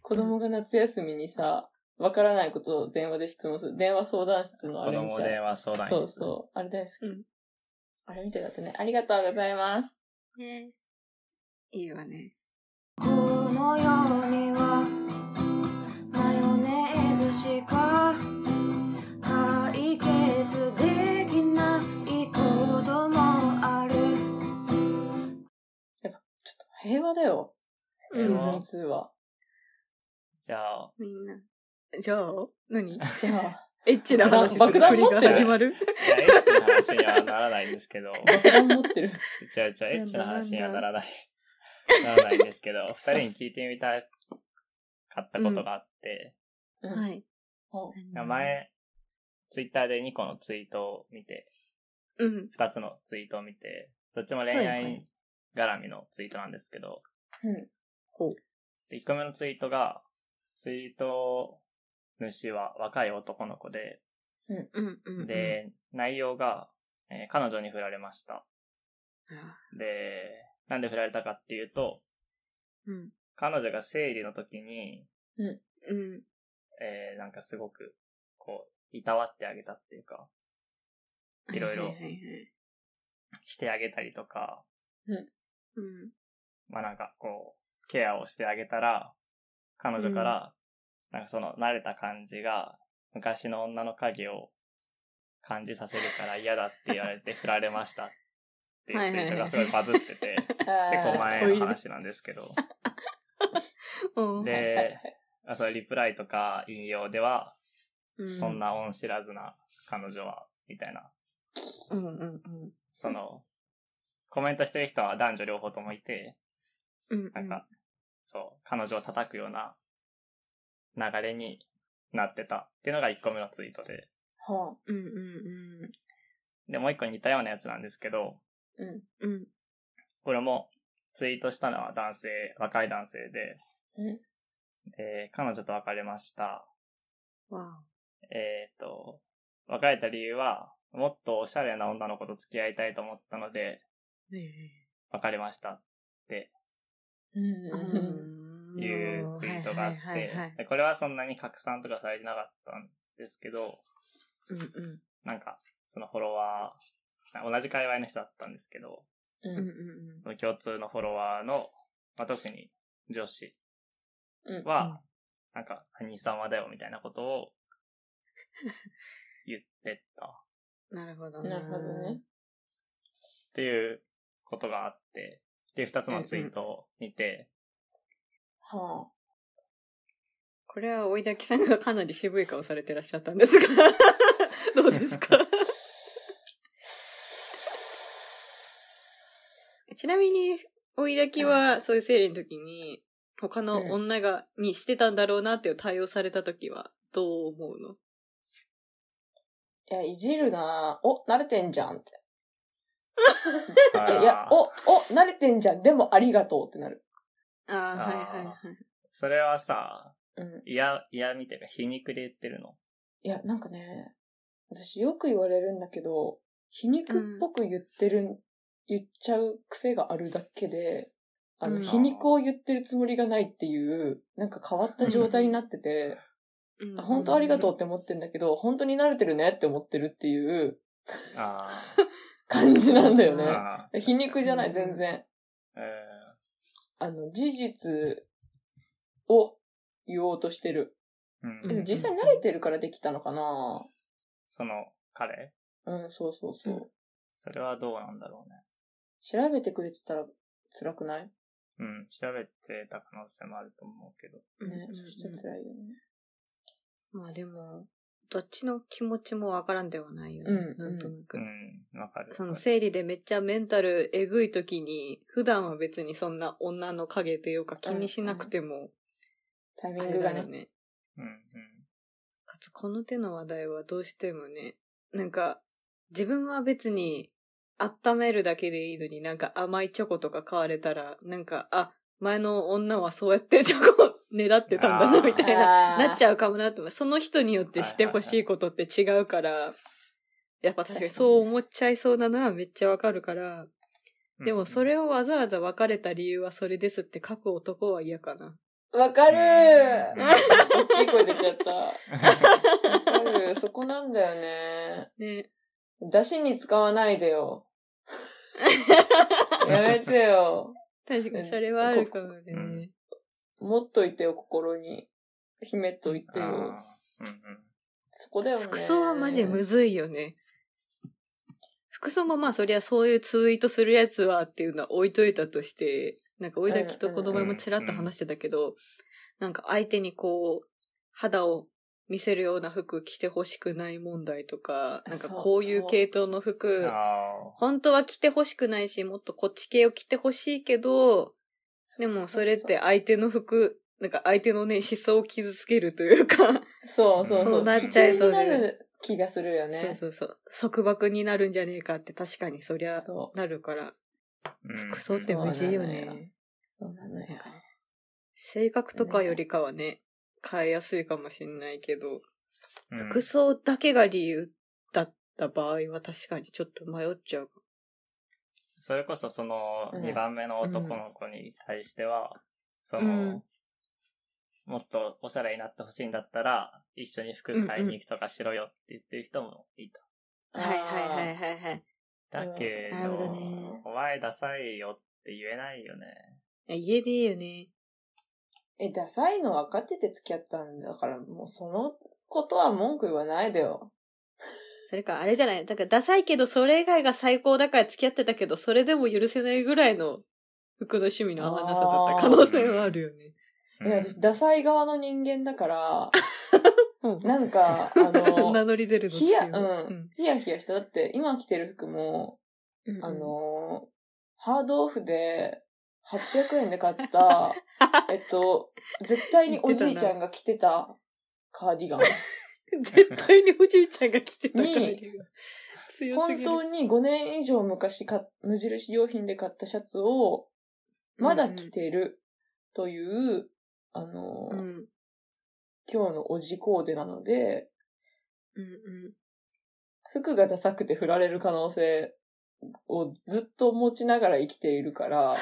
[SPEAKER 3] 子供が夏休みにさ、わからないことを電話で質問する。電話相談室のあ
[SPEAKER 2] 子
[SPEAKER 3] れみ
[SPEAKER 2] 供
[SPEAKER 3] たい
[SPEAKER 2] 電
[SPEAKER 3] な。
[SPEAKER 2] 話相談室。
[SPEAKER 3] そうそう。あれ大好き。
[SPEAKER 1] うん
[SPEAKER 3] あれみたいだったね。ありがとうございます。
[SPEAKER 1] い。ねいいわね。
[SPEAKER 4] この世にはマヨネーズしか解決できないこともある
[SPEAKER 3] ちょっと平和だよ。シ
[SPEAKER 1] う
[SPEAKER 2] 平和
[SPEAKER 1] ん、
[SPEAKER 3] ーズン2は。
[SPEAKER 2] じゃあ、
[SPEAKER 1] みんな。じゃあ、何
[SPEAKER 3] じ ゃあ、
[SPEAKER 1] エッチな話する
[SPEAKER 3] 爆弾
[SPEAKER 1] 振り
[SPEAKER 3] 持って
[SPEAKER 1] が
[SPEAKER 3] る
[SPEAKER 1] 始まる
[SPEAKER 2] いやエッチな話にはならないんですけど、
[SPEAKER 3] 爆弾持ってる。
[SPEAKER 2] じゃあ、じゃあ、
[SPEAKER 1] な
[SPEAKER 2] エ
[SPEAKER 1] んだ
[SPEAKER 2] ッチな話にはならない。ならないんですけど、二人に聞いてみたかったことがあって、
[SPEAKER 3] うん
[SPEAKER 1] はい。
[SPEAKER 3] お
[SPEAKER 2] 名。前、ツイッターで2個のツイートを見て、
[SPEAKER 1] うん。
[SPEAKER 2] 2つのツイートを見て、どっちも恋
[SPEAKER 1] はいはい
[SPEAKER 2] 愛絡みのツイートなんですけど、
[SPEAKER 3] うん。
[SPEAKER 1] ほう。
[SPEAKER 2] で、1個目のツイートが、ツイート主は若い男の子で、
[SPEAKER 1] うんうんうん。、
[SPEAKER 2] で、内容が、えー彼女に振られました。
[SPEAKER 1] あ
[SPEAKER 2] で、なんで振られたかっていうと、
[SPEAKER 1] うん。
[SPEAKER 2] 彼女が生理の時に、
[SPEAKER 1] うん。
[SPEAKER 2] えーなんかすごく、こう、いたわってあげたっていうか、いろいろ
[SPEAKER 1] ははははい
[SPEAKER 2] してあげたりとか、
[SPEAKER 1] うん。
[SPEAKER 2] まあなんかこう、ケアをしてあげたら、彼女から、なんかその慣れた感じが、昔の女の影を感じさせるから嫌だって言われ て振られましたっていうツイートがすごいバズっ てて、
[SPEAKER 3] 結
[SPEAKER 2] 結構
[SPEAKER 1] かっ
[SPEAKER 2] 前
[SPEAKER 1] こいい
[SPEAKER 2] の
[SPEAKER 1] ね
[SPEAKER 2] 話なんですけど、
[SPEAKER 1] うん
[SPEAKER 2] であそうリプライとか引用では、
[SPEAKER 1] う
[SPEAKER 2] そん。な恩知らずな彼女は、みたいな
[SPEAKER 1] うんうんうん。
[SPEAKER 2] その、コメントしてる人は男女両方ともいて、
[SPEAKER 1] うん
[SPEAKER 2] なんか、そう、彼女を叩くような流れになってたっていうのが1個目のツイートで。
[SPEAKER 3] は
[SPEAKER 1] うんうん
[SPEAKER 2] で、もう1個似たようなやつなんですけど、
[SPEAKER 3] あ、うん。
[SPEAKER 1] うん。うん。
[SPEAKER 2] これもツイートしたのは男性、若い男性で、
[SPEAKER 3] うん
[SPEAKER 2] で、彼女と別れました。
[SPEAKER 1] わ
[SPEAKER 2] えっ、と、別れた理由は、もっとおしゃれな女の子と付き合いたいと思ったので、
[SPEAKER 1] お。ね
[SPEAKER 2] 別れました。
[SPEAKER 3] うん
[SPEAKER 1] え。
[SPEAKER 3] うん
[SPEAKER 2] いうツイートがあっ
[SPEAKER 1] はいはいはいはい
[SPEAKER 2] て、でこれはそんなに拡散とかされてなかったんですけど、
[SPEAKER 1] うんうん。
[SPEAKER 2] なんか、そのフォロワー、同じ界隈の人だったんですけど、
[SPEAKER 1] うんう
[SPEAKER 3] うんん。
[SPEAKER 1] うん。
[SPEAKER 2] 共通のフォロワーの、まあ、特に女子
[SPEAKER 3] うん。
[SPEAKER 2] は、なんか、兄様だよみたいなことを言ってたっ
[SPEAKER 1] なるほど
[SPEAKER 3] なるほどね。。
[SPEAKER 2] ていうことがあって、っていう二つのツイートを見て、
[SPEAKER 3] は
[SPEAKER 1] これは、おいだきさんがかなり渋い顔されてらっしゃったんですが、 どうです かちなみに、おいだきは、そういう生理の時に、他の女が、にしてたんだろうなっていう対応された時は、どう思うの
[SPEAKER 3] あ。いや、いじるなぁお、慣れてんじゃんって。
[SPEAKER 2] あ
[SPEAKER 3] い
[SPEAKER 2] ー
[SPEAKER 3] やいや、お、お、慣れてんじゃん。でもありがとうってなる。
[SPEAKER 1] ああ、は
[SPEAKER 2] あー
[SPEAKER 1] いはいはい。
[SPEAKER 2] それはさ、
[SPEAKER 3] うん。
[SPEAKER 2] 嫌、嫌みたいな皮肉で言ってるの。
[SPEAKER 3] いや、なんかね、私よく言われるんだけど、皮肉っぽく言ってる、言っちゃう癖があるだけで、あの、
[SPEAKER 1] うん
[SPEAKER 3] 皮肉を言ってるつもりがないっていう、なんか変わった状態になってて、
[SPEAKER 1] うん
[SPEAKER 3] 本当ありがとうって思ってんだけど、本当に慣れてるねって思ってるっていう
[SPEAKER 2] あ
[SPEAKER 3] 感じなんだよ
[SPEAKER 2] あ。
[SPEAKER 1] うん
[SPEAKER 3] ね。
[SPEAKER 2] ああ
[SPEAKER 3] 皮肉じゃない、
[SPEAKER 1] 確かに
[SPEAKER 3] 全然。
[SPEAKER 2] うん
[SPEAKER 3] あの、事実を言おうとしてる。
[SPEAKER 2] うん。
[SPEAKER 1] うん
[SPEAKER 3] 実際慣れてるからできたのかな
[SPEAKER 2] その彼
[SPEAKER 3] うん、そうそうそう。
[SPEAKER 1] うん
[SPEAKER 2] それはどうなんだろうね。
[SPEAKER 3] 調べてくれてたら辛くない
[SPEAKER 2] うん。調べてた可能性もあると思うけど。
[SPEAKER 1] うん
[SPEAKER 3] ね、
[SPEAKER 1] うん
[SPEAKER 3] そしたら辛いよね。
[SPEAKER 1] まあでも、どっちの気持ちもわからんではないよね。
[SPEAKER 3] うん
[SPEAKER 1] なんとなく。
[SPEAKER 2] うん。わかる。
[SPEAKER 1] その生理でめっちゃメンタルえぐい時に、普段は別にそんな女の影というか気にしなくても、
[SPEAKER 3] タイミ
[SPEAKER 1] あ
[SPEAKER 3] ン
[SPEAKER 1] れ
[SPEAKER 3] グ
[SPEAKER 1] だ
[SPEAKER 3] が
[SPEAKER 1] よ
[SPEAKER 3] ね。
[SPEAKER 1] ね。
[SPEAKER 2] うん。うん。
[SPEAKER 1] かつこの手の話題はどうしてもね、なんか自分は別に温めるだけでいいのになんか甘いチョコとか買われたら、なんか、あ、前の女はそうやってチョコをねだってたんだ
[SPEAKER 2] あ
[SPEAKER 1] な
[SPEAKER 2] ー
[SPEAKER 1] みたいな、
[SPEAKER 3] あー
[SPEAKER 1] なっちゃうかもなって思う。その人によってしてほしいことって違うから、やっぱ確かにそう思っちゃいそうなのはめっちゃわかるから、
[SPEAKER 2] うん
[SPEAKER 1] でもそれをわざわざ別れた理由はそれですって書く男は嫌かな。
[SPEAKER 3] わかる
[SPEAKER 2] うん
[SPEAKER 3] ー大きい声出ちゃった。 わかる。そこなんだよね。
[SPEAKER 1] ね。
[SPEAKER 3] 出汁に使わないで よ。やめてよ。
[SPEAKER 1] 確かにそれはあるかもね。
[SPEAKER 2] うん
[SPEAKER 3] 持っといてよ、心に。秘めといて
[SPEAKER 2] あ
[SPEAKER 3] よ。
[SPEAKER 2] ーうん
[SPEAKER 3] そこだよね。
[SPEAKER 1] 服装はマジむずいよね。服装もまあそりゃそういうツイートするやつはっていうのは置いといたとして、なんかおいだきと子供もちらっと話してたけど、なんか相手にこう、肌を見せるような服着てほしくない問題とか、なんかこういう系統の
[SPEAKER 2] う
[SPEAKER 1] 服
[SPEAKER 2] ん。、あ
[SPEAKER 1] 本当は着てほしくないし、もっとこっち系を着てほしいけど、でもそれって相手の服、なんか相手のね、思想を傷つけるというか、
[SPEAKER 3] そうそうそう。
[SPEAKER 2] そうなっちゃい
[SPEAKER 1] そう
[SPEAKER 3] 気
[SPEAKER 1] で
[SPEAKER 3] になる気がするよね。
[SPEAKER 1] そうそうそう。束縛になるんじゃねえかって確かにそりゃ
[SPEAKER 3] そう
[SPEAKER 1] なるから。
[SPEAKER 2] ーうん
[SPEAKER 1] 服装って無事よね。
[SPEAKER 3] そうなのよ。
[SPEAKER 1] 性格とかよりかはね、変えやすいかもしんないけど、
[SPEAKER 2] うん
[SPEAKER 1] 服装だけが理由だった場合は確かにちょっと迷っちゃうか
[SPEAKER 2] それこそその
[SPEAKER 3] うん
[SPEAKER 2] 2番目の男の子に対しては、その、
[SPEAKER 1] うん
[SPEAKER 2] もっとおしゃれになってほしいんだったら、一緒に服買いに行くとかしろよって言ってる人もいた。
[SPEAKER 1] も。はいはいはいはいはい。
[SPEAKER 2] だけ
[SPEAKER 1] なるほ
[SPEAKER 2] ど、
[SPEAKER 1] どね
[SPEAKER 2] お前ダサいよって言えないよね。
[SPEAKER 1] 家でいいよね。
[SPEAKER 3] え、ダサいの分かってて付き合ったんだから、もうそのことは文句言わないでよ。
[SPEAKER 1] それか、あれじゃない。だからダサいけど、それ以外が最高だから付き合ってたけど、それでも許せないぐらいの服の趣味の合わなさだった可能性はあるよね。
[SPEAKER 2] うん
[SPEAKER 3] いや、私、ダサい側の人間だ から、
[SPEAKER 1] うん
[SPEAKER 3] なんか、あ
[SPEAKER 1] 名
[SPEAKER 3] の、
[SPEAKER 1] 乗り出るの
[SPEAKER 3] ヒヤ、
[SPEAKER 1] いわ
[SPEAKER 3] うん、ヒヤヒヤした。だって、今着てる服も、
[SPEAKER 1] うん
[SPEAKER 3] あの、ハードオフで、800円で 買った、えっと、絶対におじいちゃんが着てたカーディガン。
[SPEAKER 1] 絶対におじいちゃんが着てたから
[SPEAKER 3] に
[SPEAKER 1] 強す
[SPEAKER 3] 本
[SPEAKER 1] ぎる。
[SPEAKER 3] 当に5年以上昔か、無印良品で買ったシャツを、まだ着てるという、あの、
[SPEAKER 1] うんうん
[SPEAKER 3] 今日のおじコーデなので、
[SPEAKER 1] うん
[SPEAKER 3] 服がダサくて振られる可能性をずっと持ちながら生きている から、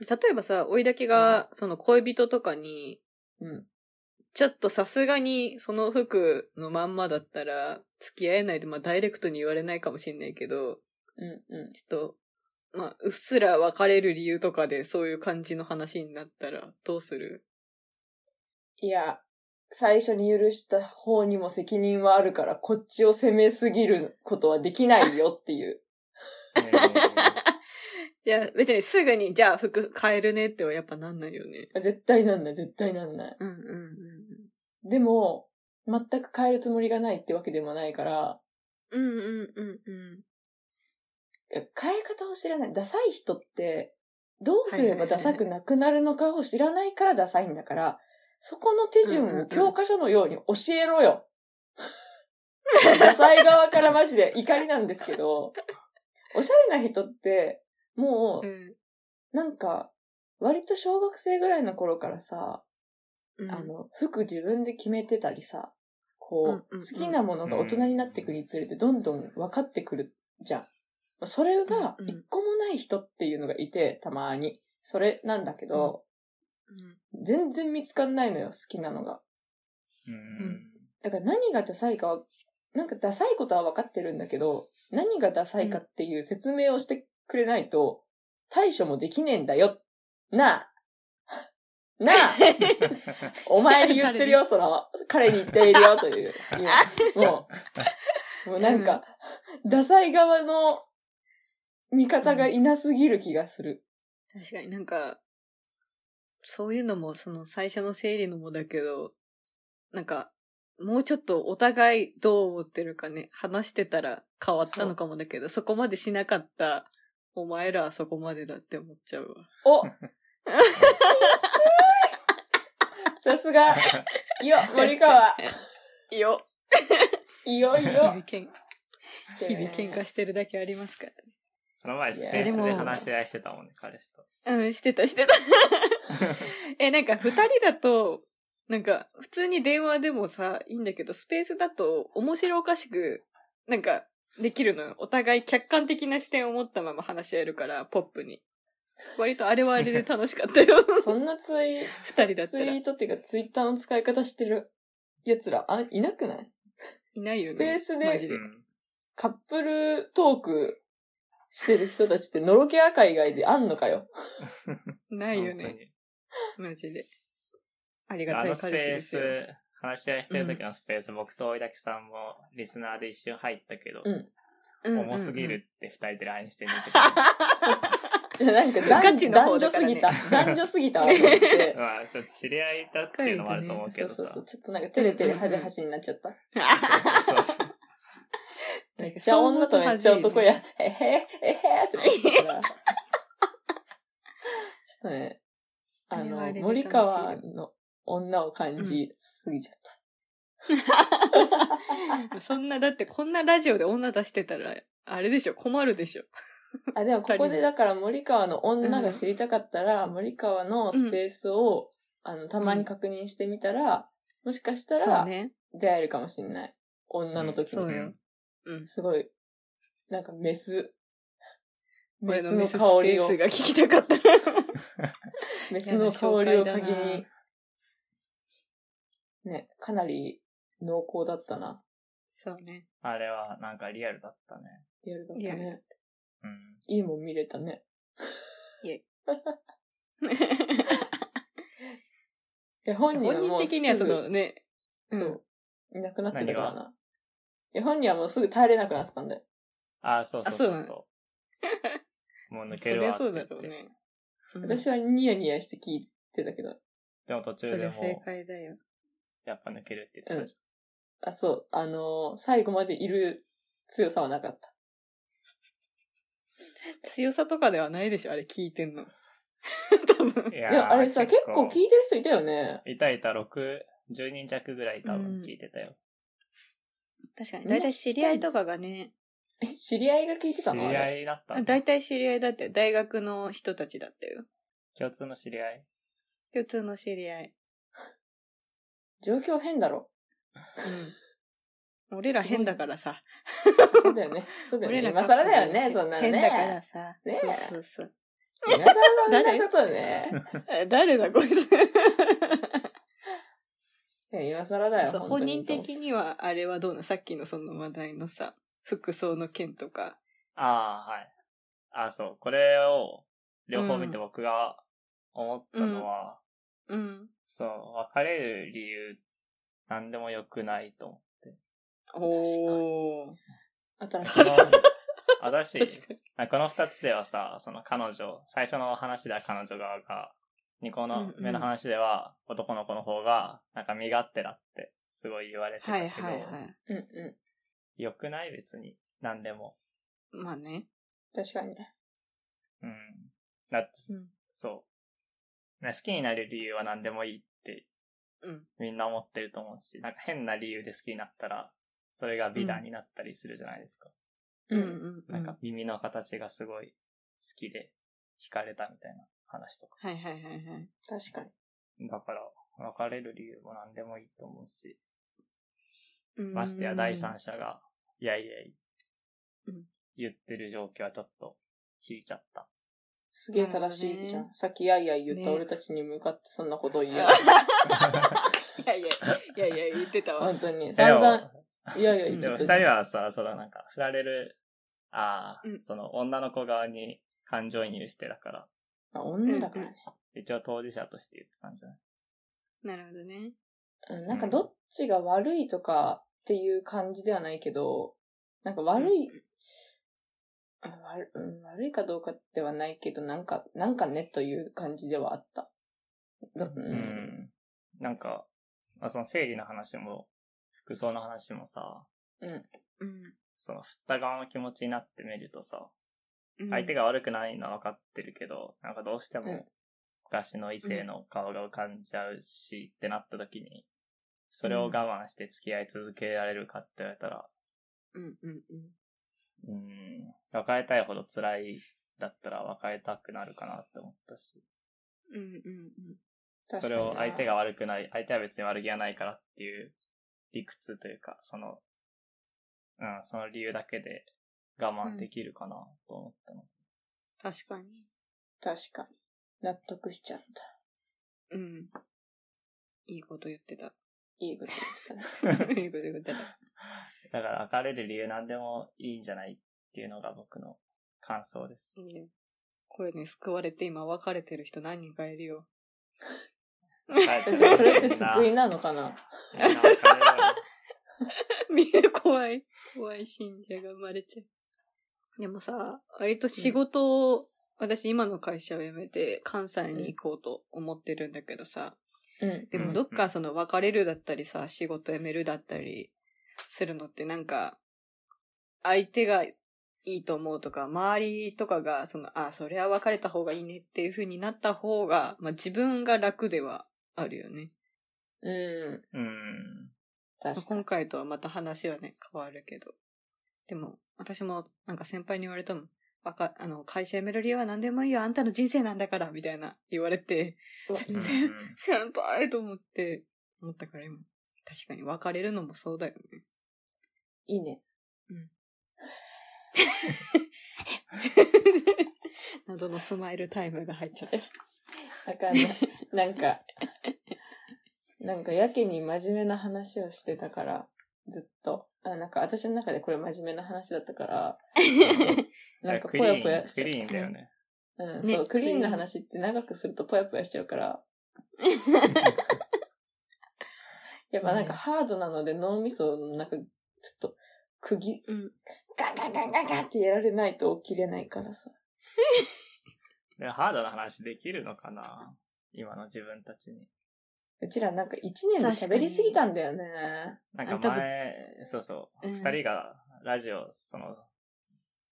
[SPEAKER 1] 例えばさ、追いだけが、その恋人とかに、
[SPEAKER 3] うん。
[SPEAKER 1] ちょっとさすがにその服のまんまだったら付き合えないで、まあダイレクトに言われないかもしんないけど、
[SPEAKER 3] うん、うん。
[SPEAKER 1] ちょっと、まあうっすら別れる理由とかでそういう感じの話になったらどうする
[SPEAKER 3] いや、最初に許した方にも責任はあるから、こっちを責めすぎることはできないよっ ていう。
[SPEAKER 2] えー
[SPEAKER 1] いや、別にすぐにじゃあ服変えるねってはやっぱなんないよね。
[SPEAKER 3] 絶対なんない、絶対なんない。
[SPEAKER 1] うんうんうん
[SPEAKER 3] でも、全く変えるつもりがないってわけでもないから、
[SPEAKER 1] うん。うんうんうんうん。
[SPEAKER 3] いや変え方を知らない。ダサい人って、どうすればダサくなくなるのかを知らないからダサいんだから、そこの手順を教科書のように教えろよ。 ダサい側からマジで怒りなんですけど、おしゃれな人って、も
[SPEAKER 1] う
[SPEAKER 3] う、
[SPEAKER 1] ん
[SPEAKER 3] なんか、割と小学生ぐらいの頃からさ、
[SPEAKER 1] うん
[SPEAKER 3] あの、服自分で決めてたりさ、こう、
[SPEAKER 1] うんうんうん
[SPEAKER 3] 好きなものが大人になってくにつれてどんどん分かってくるじゃん。まあそれが
[SPEAKER 1] うんうん
[SPEAKER 3] 一個もない人っていうのがいて、たまに。それなんだけど、全然見つかんないのよ、好きなのが。
[SPEAKER 2] うん
[SPEAKER 1] ん
[SPEAKER 3] だから何がダサいかは、なんかダサいことは分かってるんだけど、何がダサいかっていう説明をしてくれないと、対処もできねえんだよ。なあ。なあお前に言ってるよ、その、彼に言っているよ、という。今もう、もうなんか、ダサい側の味方がいなすぎる気がする。
[SPEAKER 1] 確かになんか、そういうのも、その最初の整理のもだけど、なんか、もうちょっとお互いどう思ってるかね、話してたら変わったのかもだけど、そこまでしなかった、お前らはそこまでだって思っちゃうわ。
[SPEAKER 3] おさすが、よ、森川。
[SPEAKER 1] いよ
[SPEAKER 3] いよい
[SPEAKER 1] 日
[SPEAKER 3] よ
[SPEAKER 1] 々。けん日々喧嘩してるだけありますか
[SPEAKER 2] この前スペ
[SPEAKER 3] いや
[SPEAKER 2] ー
[SPEAKER 3] で
[SPEAKER 2] ス
[SPEAKER 1] も
[SPEAKER 2] で話し合いしてたもんね、彼氏と。
[SPEAKER 1] ら。うん、してた、してた。 え、なんか二人だと、なんか普通に電話でもさ、いいんだけど、スペースだと面白おかしく、なんかできるのよ。お互い客観的な視点を持ったまま話し合えるから、ポップに。割とあれはあれで楽しかった よ。
[SPEAKER 3] そんなツイ
[SPEAKER 1] 二人だった
[SPEAKER 3] ツイ
[SPEAKER 1] ら。
[SPEAKER 3] ー
[SPEAKER 1] い
[SPEAKER 3] トっていうかツイッターの使い方してる奴ら、あ、いなくない
[SPEAKER 1] ないよ
[SPEAKER 3] スペ
[SPEAKER 1] ね。
[SPEAKER 3] ース
[SPEAKER 1] マ
[SPEAKER 2] う
[SPEAKER 1] ジ
[SPEAKER 3] で
[SPEAKER 1] で
[SPEAKER 2] ん。
[SPEAKER 3] カップルトークしてる人たちってのろけ赤以外であんのかよ。
[SPEAKER 1] ないよ
[SPEAKER 2] 本当
[SPEAKER 1] ね。
[SPEAKER 2] に
[SPEAKER 1] マジで。ありが
[SPEAKER 2] あ
[SPEAKER 1] たい
[SPEAKER 2] の
[SPEAKER 1] 彼氏
[SPEAKER 2] スペー
[SPEAKER 1] ですよ。
[SPEAKER 2] ス、話し合いしてる時のスペース、僕と追いだきさんもリスナーで一瞬入ったけど、
[SPEAKER 3] うん
[SPEAKER 1] うんうんうん
[SPEAKER 2] 重すぎるって二人で LINE してるけ
[SPEAKER 3] いやなんか
[SPEAKER 1] ガ
[SPEAKER 3] 男,、
[SPEAKER 1] チの
[SPEAKER 3] 男
[SPEAKER 1] 方
[SPEAKER 3] 女
[SPEAKER 1] だか
[SPEAKER 3] す
[SPEAKER 1] らね
[SPEAKER 3] ぎた、 男女すぎたわと思って
[SPEAKER 2] ど、。まあ、ちょっと知り合いだっていうのもあると思うけ
[SPEAKER 3] そう
[SPEAKER 2] ど
[SPEAKER 3] そう
[SPEAKER 2] さ
[SPEAKER 3] そ。う。ちょっとなんか照れてるはじはじになっちゃった。
[SPEAKER 2] そうそうそう
[SPEAKER 3] めっちゃ女とめっちゃ男や。えへえへってなってたから。ちょっとね、あ
[SPEAKER 1] あれはあれ、
[SPEAKER 3] の
[SPEAKER 1] で
[SPEAKER 3] 森川の女を感じすぎちゃった。
[SPEAKER 1] そんな、だってこんなラジオで女出してたら、あれでしょ、困るでしょ。
[SPEAKER 3] あ、でもここでだから森川の女が知りたかったら、森川のスペースを、あの、たまに確認してみたら、もしかした
[SPEAKER 1] そう
[SPEAKER 3] ら
[SPEAKER 1] ね。
[SPEAKER 3] 出会えるかもしれない。女の時に。
[SPEAKER 1] そうよ。うん。
[SPEAKER 3] すごい、なんかメス。メ
[SPEAKER 1] 俺
[SPEAKER 3] ス
[SPEAKER 1] の
[SPEAKER 3] の
[SPEAKER 1] ミススペ
[SPEAKER 3] 香り
[SPEAKER 1] ー
[SPEAKER 3] を
[SPEAKER 1] ス、が聞きたかったな。
[SPEAKER 3] メスの香りを
[SPEAKER 1] 嫌な
[SPEAKER 3] 嗅ぎ
[SPEAKER 1] 紹介
[SPEAKER 3] に。ね、かなり濃厚だったな。
[SPEAKER 1] そう ね。
[SPEAKER 2] あれはなんかリアルだったね。
[SPEAKER 3] リアルだった
[SPEAKER 1] リアルだ
[SPEAKER 3] ね。
[SPEAKER 2] うん。
[SPEAKER 3] いいもん見れたね。え、本人は
[SPEAKER 1] 本
[SPEAKER 3] も
[SPEAKER 1] 人
[SPEAKER 3] う
[SPEAKER 1] 的には
[SPEAKER 3] す
[SPEAKER 1] そ
[SPEAKER 3] ぐ
[SPEAKER 1] のね、うん
[SPEAKER 3] そう。いなくなってたから
[SPEAKER 2] 何
[SPEAKER 3] な。いや、本人はもうすぐ耐えれなくなってたんだよ。
[SPEAKER 2] あ、そうそうそうそう。 もう抜
[SPEAKER 1] そ
[SPEAKER 2] け
[SPEAKER 1] り
[SPEAKER 2] るわ
[SPEAKER 1] ゃ
[SPEAKER 2] って
[SPEAKER 1] そ
[SPEAKER 2] 言
[SPEAKER 1] うだ
[SPEAKER 2] っ
[SPEAKER 1] ろう
[SPEAKER 2] て。
[SPEAKER 1] ね。
[SPEAKER 3] 私
[SPEAKER 1] は、
[SPEAKER 3] はニヤニヤして聞いてたけど。
[SPEAKER 2] でも途
[SPEAKER 1] そ
[SPEAKER 2] 中
[SPEAKER 1] れ
[SPEAKER 2] で
[SPEAKER 1] は正
[SPEAKER 2] もう、
[SPEAKER 1] 解だよ。
[SPEAKER 2] やっぱ抜けるって言ってたじ
[SPEAKER 3] あ、そう。あのー最後までいる強さはなかった。
[SPEAKER 1] 強さとかではないでしょ、あれ聞いてんの。多分。
[SPEAKER 2] ゃん。
[SPEAKER 3] いや、あれさ、結構聞
[SPEAKER 2] い
[SPEAKER 3] いてる人いたよね。
[SPEAKER 2] いたいた6、10人弱ぐらい多分聞いてたよ。
[SPEAKER 1] 確かに。
[SPEAKER 3] みん
[SPEAKER 1] だ
[SPEAKER 3] な
[SPEAKER 1] いたい知り合いとかがね、
[SPEAKER 3] え、知り合いが聞いてたの
[SPEAKER 2] 知り
[SPEAKER 3] あ
[SPEAKER 2] 合
[SPEAKER 3] れ
[SPEAKER 2] いだった
[SPEAKER 1] あ。だいたい知り合いだったよ。大学の人たちだったよ。
[SPEAKER 2] 共通の知り合い。
[SPEAKER 1] 共通の知り合い。
[SPEAKER 3] 状況変だろ。
[SPEAKER 1] うん。俺ら変だからさ。
[SPEAKER 3] そうだよね。そうだよ
[SPEAKER 1] 俺
[SPEAKER 3] ね。
[SPEAKER 1] ら
[SPEAKER 3] 今更だよね、
[SPEAKER 1] カ
[SPEAKER 3] そ
[SPEAKER 1] ッ
[SPEAKER 3] ん
[SPEAKER 1] プル
[SPEAKER 3] なの
[SPEAKER 1] 変だから
[SPEAKER 3] ね。
[SPEAKER 1] さ。
[SPEAKER 3] ねえ
[SPEAKER 1] そうそうそう。
[SPEAKER 3] 皆さんそんな
[SPEAKER 1] 誰
[SPEAKER 3] ことね。
[SPEAKER 1] え誰だこいつ。
[SPEAKER 3] いや今更だよ。
[SPEAKER 1] そう、
[SPEAKER 3] 本
[SPEAKER 1] 本
[SPEAKER 3] 当に
[SPEAKER 1] 人的にはあれはどうなのさっきのその話題のさ、服装の件とか。
[SPEAKER 2] ああ、はい。ああ、そう。これを、両方見て僕が思ったのは、
[SPEAKER 1] うん。
[SPEAKER 2] そう、別れる理由、なんでも良くないと思って。
[SPEAKER 1] おー。
[SPEAKER 3] 新しい
[SPEAKER 2] そ。のあだし、
[SPEAKER 1] 確かに。
[SPEAKER 2] あこの二つではさ、その彼女、最初の話では彼女側が、二個
[SPEAKER 1] うん
[SPEAKER 2] の
[SPEAKER 1] うん
[SPEAKER 2] 目の話では男の子の方が、なんか身勝手だって、すごい言われてた
[SPEAKER 1] はい
[SPEAKER 2] けど、
[SPEAKER 1] はいはい。
[SPEAKER 3] うんう
[SPEAKER 2] 良くない別に、なんでも。
[SPEAKER 1] まあね。
[SPEAKER 3] ん。確かにね。
[SPEAKER 2] うん。だって、
[SPEAKER 1] うん。
[SPEAKER 2] そう。ね好きになれる理由は何でもいいって
[SPEAKER 1] うん。
[SPEAKER 2] みんな思ってると思うし、なんか変な理由で好きになったら、それが美談になったりするじゃないですか。
[SPEAKER 1] うんうん。
[SPEAKER 2] なんか耳の形がすごい好きで惹かれたみたいな話とか。
[SPEAKER 1] はいはいはいはい。
[SPEAKER 3] 確かに。
[SPEAKER 2] だから、別れる理由も何でもいいと思うし、
[SPEAKER 1] うん
[SPEAKER 2] ましてや第三者が、いやいやい
[SPEAKER 1] うん、
[SPEAKER 2] 言ってる状況はちょっと引いちゃった。
[SPEAKER 3] すげえ正しいじゃん。さっきやいやい言った
[SPEAKER 1] ね
[SPEAKER 3] 俺たちに向かってそんなこと言えない。
[SPEAKER 1] いやいや、いやいや、言ってたわ。
[SPEAKER 3] 本当 に。
[SPEAKER 2] で
[SPEAKER 3] 散々
[SPEAKER 2] も、、
[SPEAKER 3] いやいや言っ
[SPEAKER 2] で
[SPEAKER 3] ちゃ
[SPEAKER 2] も
[SPEAKER 3] っ
[SPEAKER 2] 二
[SPEAKER 3] た
[SPEAKER 2] 人
[SPEAKER 3] じゃん。
[SPEAKER 2] はさ、そのなんか、振られる、ああ、
[SPEAKER 1] うん
[SPEAKER 2] その女の子側に感情移入してだから、
[SPEAKER 3] あ女だからね。
[SPEAKER 2] 一応当事者として言ってたんじゃない
[SPEAKER 1] なるほどね。
[SPEAKER 3] うんなんかどっちが悪いとかっていう感じではないけど、なんか悪い、あ悪うん悪いかどうかではないけど、なんか、なんかねという感じではあった。どう。
[SPEAKER 2] うんん。なんか、まあ、その生理の話も、服装の話もさ、
[SPEAKER 3] うん。
[SPEAKER 1] うん。
[SPEAKER 2] その振った側の気持ちになってみるとさ、
[SPEAKER 1] うん
[SPEAKER 2] 相手が悪くないのは分かってるけど、なんかどうして
[SPEAKER 3] うん
[SPEAKER 2] も昔の異性の顔が浮かんじゃうし、ってなった時に、それを我慢して付き合い続けられるかって言われたら、
[SPEAKER 1] うんうん
[SPEAKER 2] うん、別れたいほど辛いだったら別れたくなるかなって思ったし、
[SPEAKER 1] うん。うんうんうん。
[SPEAKER 3] 確
[SPEAKER 2] そ
[SPEAKER 3] かに
[SPEAKER 2] れ
[SPEAKER 3] な
[SPEAKER 2] を相手が。悪くない、相手は別に悪気がないからっていう理屈というか、その、うん、その理由だけで我慢できるかなと思ったの。
[SPEAKER 1] 確かに。
[SPEAKER 3] 確かに。納得しちゃった。
[SPEAKER 1] うん。いいこと言ってた。
[SPEAKER 3] いいこと言ってた ね。
[SPEAKER 1] いいこと言ってた。
[SPEAKER 2] だから別れる理由なんでもいいんじゃないっていうのが僕の感想 です。
[SPEAKER 1] いいねこれね、救われて今別れてる人何人かいるよ。
[SPEAKER 2] 別
[SPEAKER 3] だってそれって
[SPEAKER 2] な
[SPEAKER 3] 救いなのかな
[SPEAKER 2] いやなんかあれだよね
[SPEAKER 1] みんな怖い。怖い信者が生まれちゃう。でもさ、割と仕事を、私今の会社を辞めて関西に行こうと思ってるんだけどさ、
[SPEAKER 3] うん。
[SPEAKER 1] で
[SPEAKER 2] う
[SPEAKER 1] も
[SPEAKER 2] ん
[SPEAKER 1] どっかその別れるだったりさ、仕事辞めるだったりするのってなんか、相手がいいと思うとか、周りとかが、その、あ、それは別れた方がいいねっていう風になった方が、まあ自分が楽ではあるよね。
[SPEAKER 3] うん。
[SPEAKER 2] うん。
[SPEAKER 3] 確か
[SPEAKER 1] 今
[SPEAKER 3] に。
[SPEAKER 1] 回とはまた話はね、変わるけど。でも、私もなんか先輩に言われたもん。わか、あの、会社辞める理由は何でもいいよ、あんたの人生なんだから、みたいな言われて、
[SPEAKER 3] うわ
[SPEAKER 1] せ
[SPEAKER 2] うん
[SPEAKER 1] せ先輩と思って、思ったから今。確かに別れるのもそうだよね。
[SPEAKER 3] いいね。
[SPEAKER 1] 謎のスマイルタイムが入っちゃった。
[SPEAKER 3] わかんない。 なんか、なんかやけに真面目な話をしてたから、ずっと。あなんか私の中でこれ真面目な話だったから、なんか
[SPEAKER 2] ク
[SPEAKER 3] ぽ
[SPEAKER 2] リ
[SPEAKER 3] やぽ
[SPEAKER 2] ー
[SPEAKER 3] や
[SPEAKER 2] ン、ク
[SPEAKER 3] しちゃう。
[SPEAKER 2] リーンだよね。
[SPEAKER 3] うん、
[SPEAKER 1] ね
[SPEAKER 3] そう、クリーン
[SPEAKER 1] クリー
[SPEAKER 3] な
[SPEAKER 1] ン
[SPEAKER 3] 話って長くするとぽやぽやしちゃう から。やっぱなんかハードなので脳みその中、ちょっと、釘、
[SPEAKER 1] うん。
[SPEAKER 3] ガンガンガンガンガンってやられないと起きれないからさ。
[SPEAKER 2] でハードな話できるのかな今の自分たちに。
[SPEAKER 3] うちらなんか一年で喋りすぎたんだよね。
[SPEAKER 2] なん
[SPEAKER 1] あ
[SPEAKER 2] か
[SPEAKER 1] 多分
[SPEAKER 2] 前、そうそう、
[SPEAKER 1] うん
[SPEAKER 2] 二人がラジオ、その、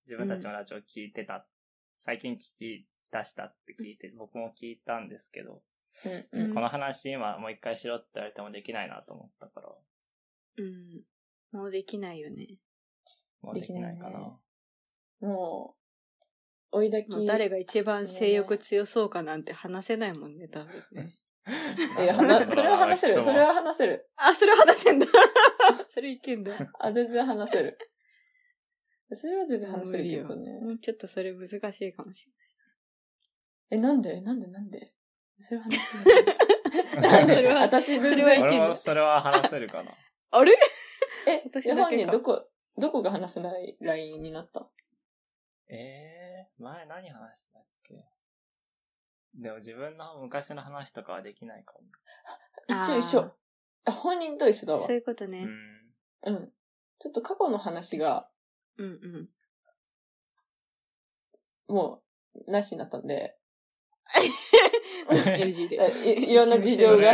[SPEAKER 2] 自分たちのラジオ聞いてた、最近聞き出したって聞いて、僕も聞いたんですけど、
[SPEAKER 3] うんうん。
[SPEAKER 2] この話今もう一回しろって言われてもできないなと思ったから、
[SPEAKER 1] うん。もうできないよね。
[SPEAKER 2] もうできないか
[SPEAKER 3] できないね
[SPEAKER 2] な。
[SPEAKER 3] もう、追いだき。
[SPEAKER 1] もう誰が一番性欲強そうかなんて話せないもんね、多分ね。
[SPEAKER 3] いや、話それは話せる。それは話せる。
[SPEAKER 1] あ、それ話せんだ。 それいけんだ。
[SPEAKER 3] あ、全然話 せる。それは全然話せるけど
[SPEAKER 1] も
[SPEAKER 3] ね。
[SPEAKER 1] うちょっとそれ難しいかもし
[SPEAKER 3] え、なんでなんでなんでそれは話せる。なん で
[SPEAKER 1] それは
[SPEAKER 3] 私全然、
[SPEAKER 1] それは
[SPEAKER 3] え
[SPEAKER 1] い
[SPEAKER 2] 俺もそれは話せるかな。
[SPEAKER 1] れない。あれ、私だ
[SPEAKER 3] 私本
[SPEAKER 1] けか
[SPEAKER 3] 人どこ、どこが話せないラインになった
[SPEAKER 2] え えー、前何話したっけでも自分の昔の話とかはできないかも。
[SPEAKER 3] 一緒一緒。あ本人と一緒だわ
[SPEAKER 1] そう。いうこと
[SPEAKER 2] う
[SPEAKER 1] ね。
[SPEAKER 2] ん。
[SPEAKER 3] うん。ちょっと過去の話が、
[SPEAKER 1] うん うん。
[SPEAKER 3] もう、なしになったん で、
[SPEAKER 1] NG で。
[SPEAKER 3] えいいろんな事情が。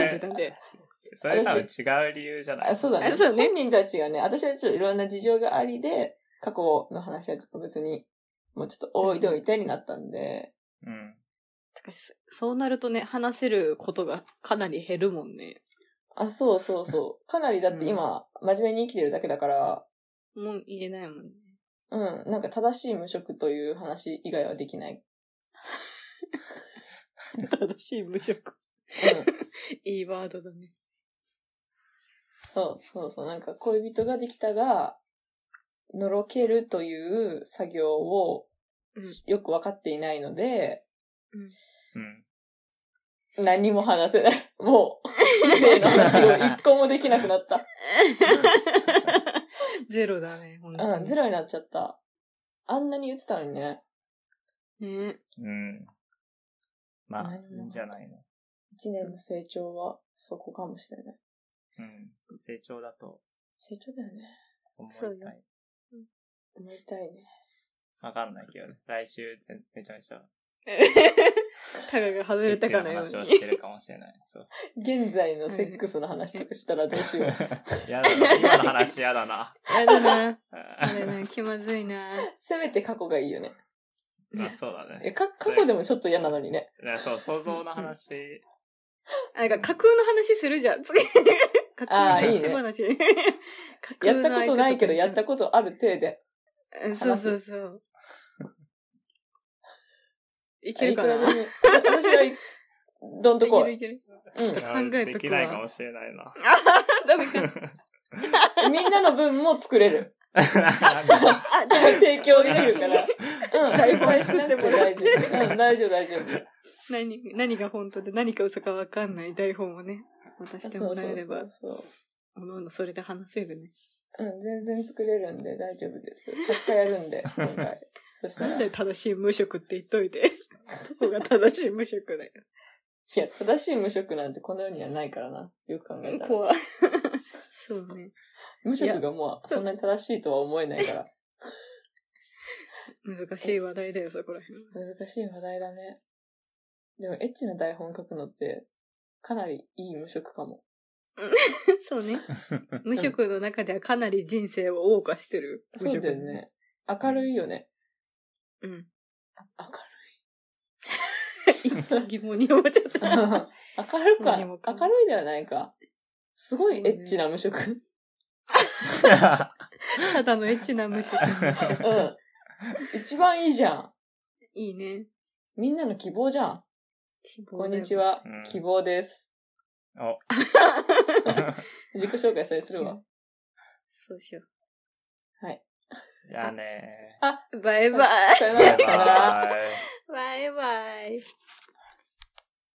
[SPEAKER 2] それ多分違う理由じゃない
[SPEAKER 3] あそうだね。
[SPEAKER 1] あそうね
[SPEAKER 3] 本人たちがね、私はちょっといろんな事情がありで、過去の話はちょっと別に、もうちょっと置いといてになったんで、
[SPEAKER 2] うん。
[SPEAKER 1] てかそそうなるとね、話せることがかなり減るもんね。
[SPEAKER 3] あ、そうそう そう。かなりだって今、真面目に生きてるだけだから、
[SPEAKER 1] もう言えないもんね。
[SPEAKER 3] うん、なんか正しい無職という話以外はできない。
[SPEAKER 1] 正しい無職。
[SPEAKER 3] うん。
[SPEAKER 1] いいワードだ ね。
[SPEAKER 3] そうそうそう。なんか恋人ができたが、のろけるという作業を
[SPEAKER 1] うん
[SPEAKER 3] よくわかっていないので、
[SPEAKER 2] うん。
[SPEAKER 3] 何も話せない。も う、例の話を一個もできなくなった。
[SPEAKER 1] ゼロだね、本当
[SPEAKER 3] う
[SPEAKER 1] に。
[SPEAKER 3] ん、ゼロになっちゃった。あんなに言ってたのにね。
[SPEAKER 1] ね。
[SPEAKER 2] うん。まあ、
[SPEAKER 3] 何
[SPEAKER 2] い
[SPEAKER 3] も
[SPEAKER 2] いんじゃないの。
[SPEAKER 3] 一年の成長はそこかもしれない。
[SPEAKER 2] うん。成長だと
[SPEAKER 3] 成長だよね。
[SPEAKER 2] 思い
[SPEAKER 1] そう
[SPEAKER 2] た
[SPEAKER 1] よ
[SPEAKER 2] い。
[SPEAKER 3] 思いたいね。
[SPEAKER 2] わかんないけどね。来週ぜん、めちゃめちゃ、
[SPEAKER 1] タガが外れたかの
[SPEAKER 2] エ
[SPEAKER 1] よ
[SPEAKER 2] ッチな話
[SPEAKER 1] う
[SPEAKER 2] を
[SPEAKER 1] に
[SPEAKER 2] し。てるかもしれない。そうそ
[SPEAKER 3] 現在のセックスの話とかしたらどうし よう。
[SPEAKER 2] う。 やだな。今の話やだな。
[SPEAKER 1] やだな。あれな、気まずいな。
[SPEAKER 3] せめて過去がいいよね。
[SPEAKER 2] まあ、そうだね。
[SPEAKER 3] え、か、過去でもちょっと嫌なのにね。
[SPEAKER 2] いやそう、想像の話。
[SPEAKER 1] あなんか架空の話するじゃ ん。次。架
[SPEAKER 3] あ
[SPEAKER 1] 空
[SPEAKER 2] ー
[SPEAKER 1] の
[SPEAKER 2] いい
[SPEAKER 1] 一
[SPEAKER 3] ね
[SPEAKER 1] 話。架
[SPEAKER 3] や
[SPEAKER 1] 空
[SPEAKER 3] っ
[SPEAKER 1] の
[SPEAKER 3] たことないけど、や
[SPEAKER 1] 相手
[SPEAKER 3] ったことある程度。
[SPEAKER 1] うんそうそうそう。いける
[SPEAKER 3] い
[SPEAKER 1] か
[SPEAKER 3] くら
[SPEAKER 1] な
[SPEAKER 3] でも。私はい、どんとこ
[SPEAKER 1] い
[SPEAKER 3] い。
[SPEAKER 1] けるいける。考え
[SPEAKER 3] う
[SPEAKER 1] とくわ
[SPEAKER 2] できないかもしれな い な。
[SPEAKER 1] あダメか。
[SPEAKER 3] ん。みんなの分も作れる。
[SPEAKER 1] あ、じゃ
[SPEAKER 3] 提供できるから。うん。
[SPEAKER 1] 台本作
[SPEAKER 3] 大本作
[SPEAKER 1] っ
[SPEAKER 3] ってて
[SPEAKER 1] もら
[SPEAKER 3] も 大丈夫。うん、大丈夫、大丈夫。
[SPEAKER 1] 何、何が本当で何か嘘かわかんない台本をね、渡してもらえれば、
[SPEAKER 3] そうそうそう
[SPEAKER 1] おのおのそれで話せるね。
[SPEAKER 3] そう。うん、全然作れるんで大丈夫です。作家やるんで、今回。そした
[SPEAKER 1] な
[SPEAKER 3] ら、
[SPEAKER 1] ん
[SPEAKER 3] い
[SPEAKER 1] で正しい無職って言っといて。どこが正しい無職だよ。
[SPEAKER 3] や、正しい無職なんてこの世にはないからな。よく考えたら。
[SPEAKER 1] 怖い。そうね。
[SPEAKER 3] 無職がもう、そんなに正しいとは思えないから。
[SPEAKER 1] 難しい話題だよ、そこら辺は。
[SPEAKER 3] 難しい話題だね。でも、エッチな台本書くのって、かなりいい無職かも。
[SPEAKER 1] そうね。無職の中ではかなり人生を謳歌してる。無
[SPEAKER 3] そう
[SPEAKER 1] 職
[SPEAKER 3] だよ。ね。明るいよね。
[SPEAKER 1] うん。
[SPEAKER 3] 明
[SPEAKER 1] 一旦疑問に思っちゃった。
[SPEAKER 3] るい。 明るか。
[SPEAKER 1] 何もか
[SPEAKER 3] 明るいではないか。すごい
[SPEAKER 1] そうね
[SPEAKER 3] エッチな無職。 うん。
[SPEAKER 1] ただのエッチな無職。
[SPEAKER 3] 一番いいじゃん。
[SPEAKER 1] いいね。
[SPEAKER 3] みんなの希望じゃん。
[SPEAKER 1] 希望
[SPEAKER 3] こ
[SPEAKER 1] だよ
[SPEAKER 3] んにち。は
[SPEAKER 2] うん。
[SPEAKER 3] 希望です。
[SPEAKER 2] お。
[SPEAKER 3] 自己紹介それす るわ。
[SPEAKER 1] そうしよ
[SPEAKER 2] じゃあね
[SPEAKER 1] う。バイバイ。
[SPEAKER 3] さよ
[SPEAKER 2] ー。
[SPEAKER 3] なら。さよなら。
[SPEAKER 2] バイバイ。
[SPEAKER 1] バイバイ。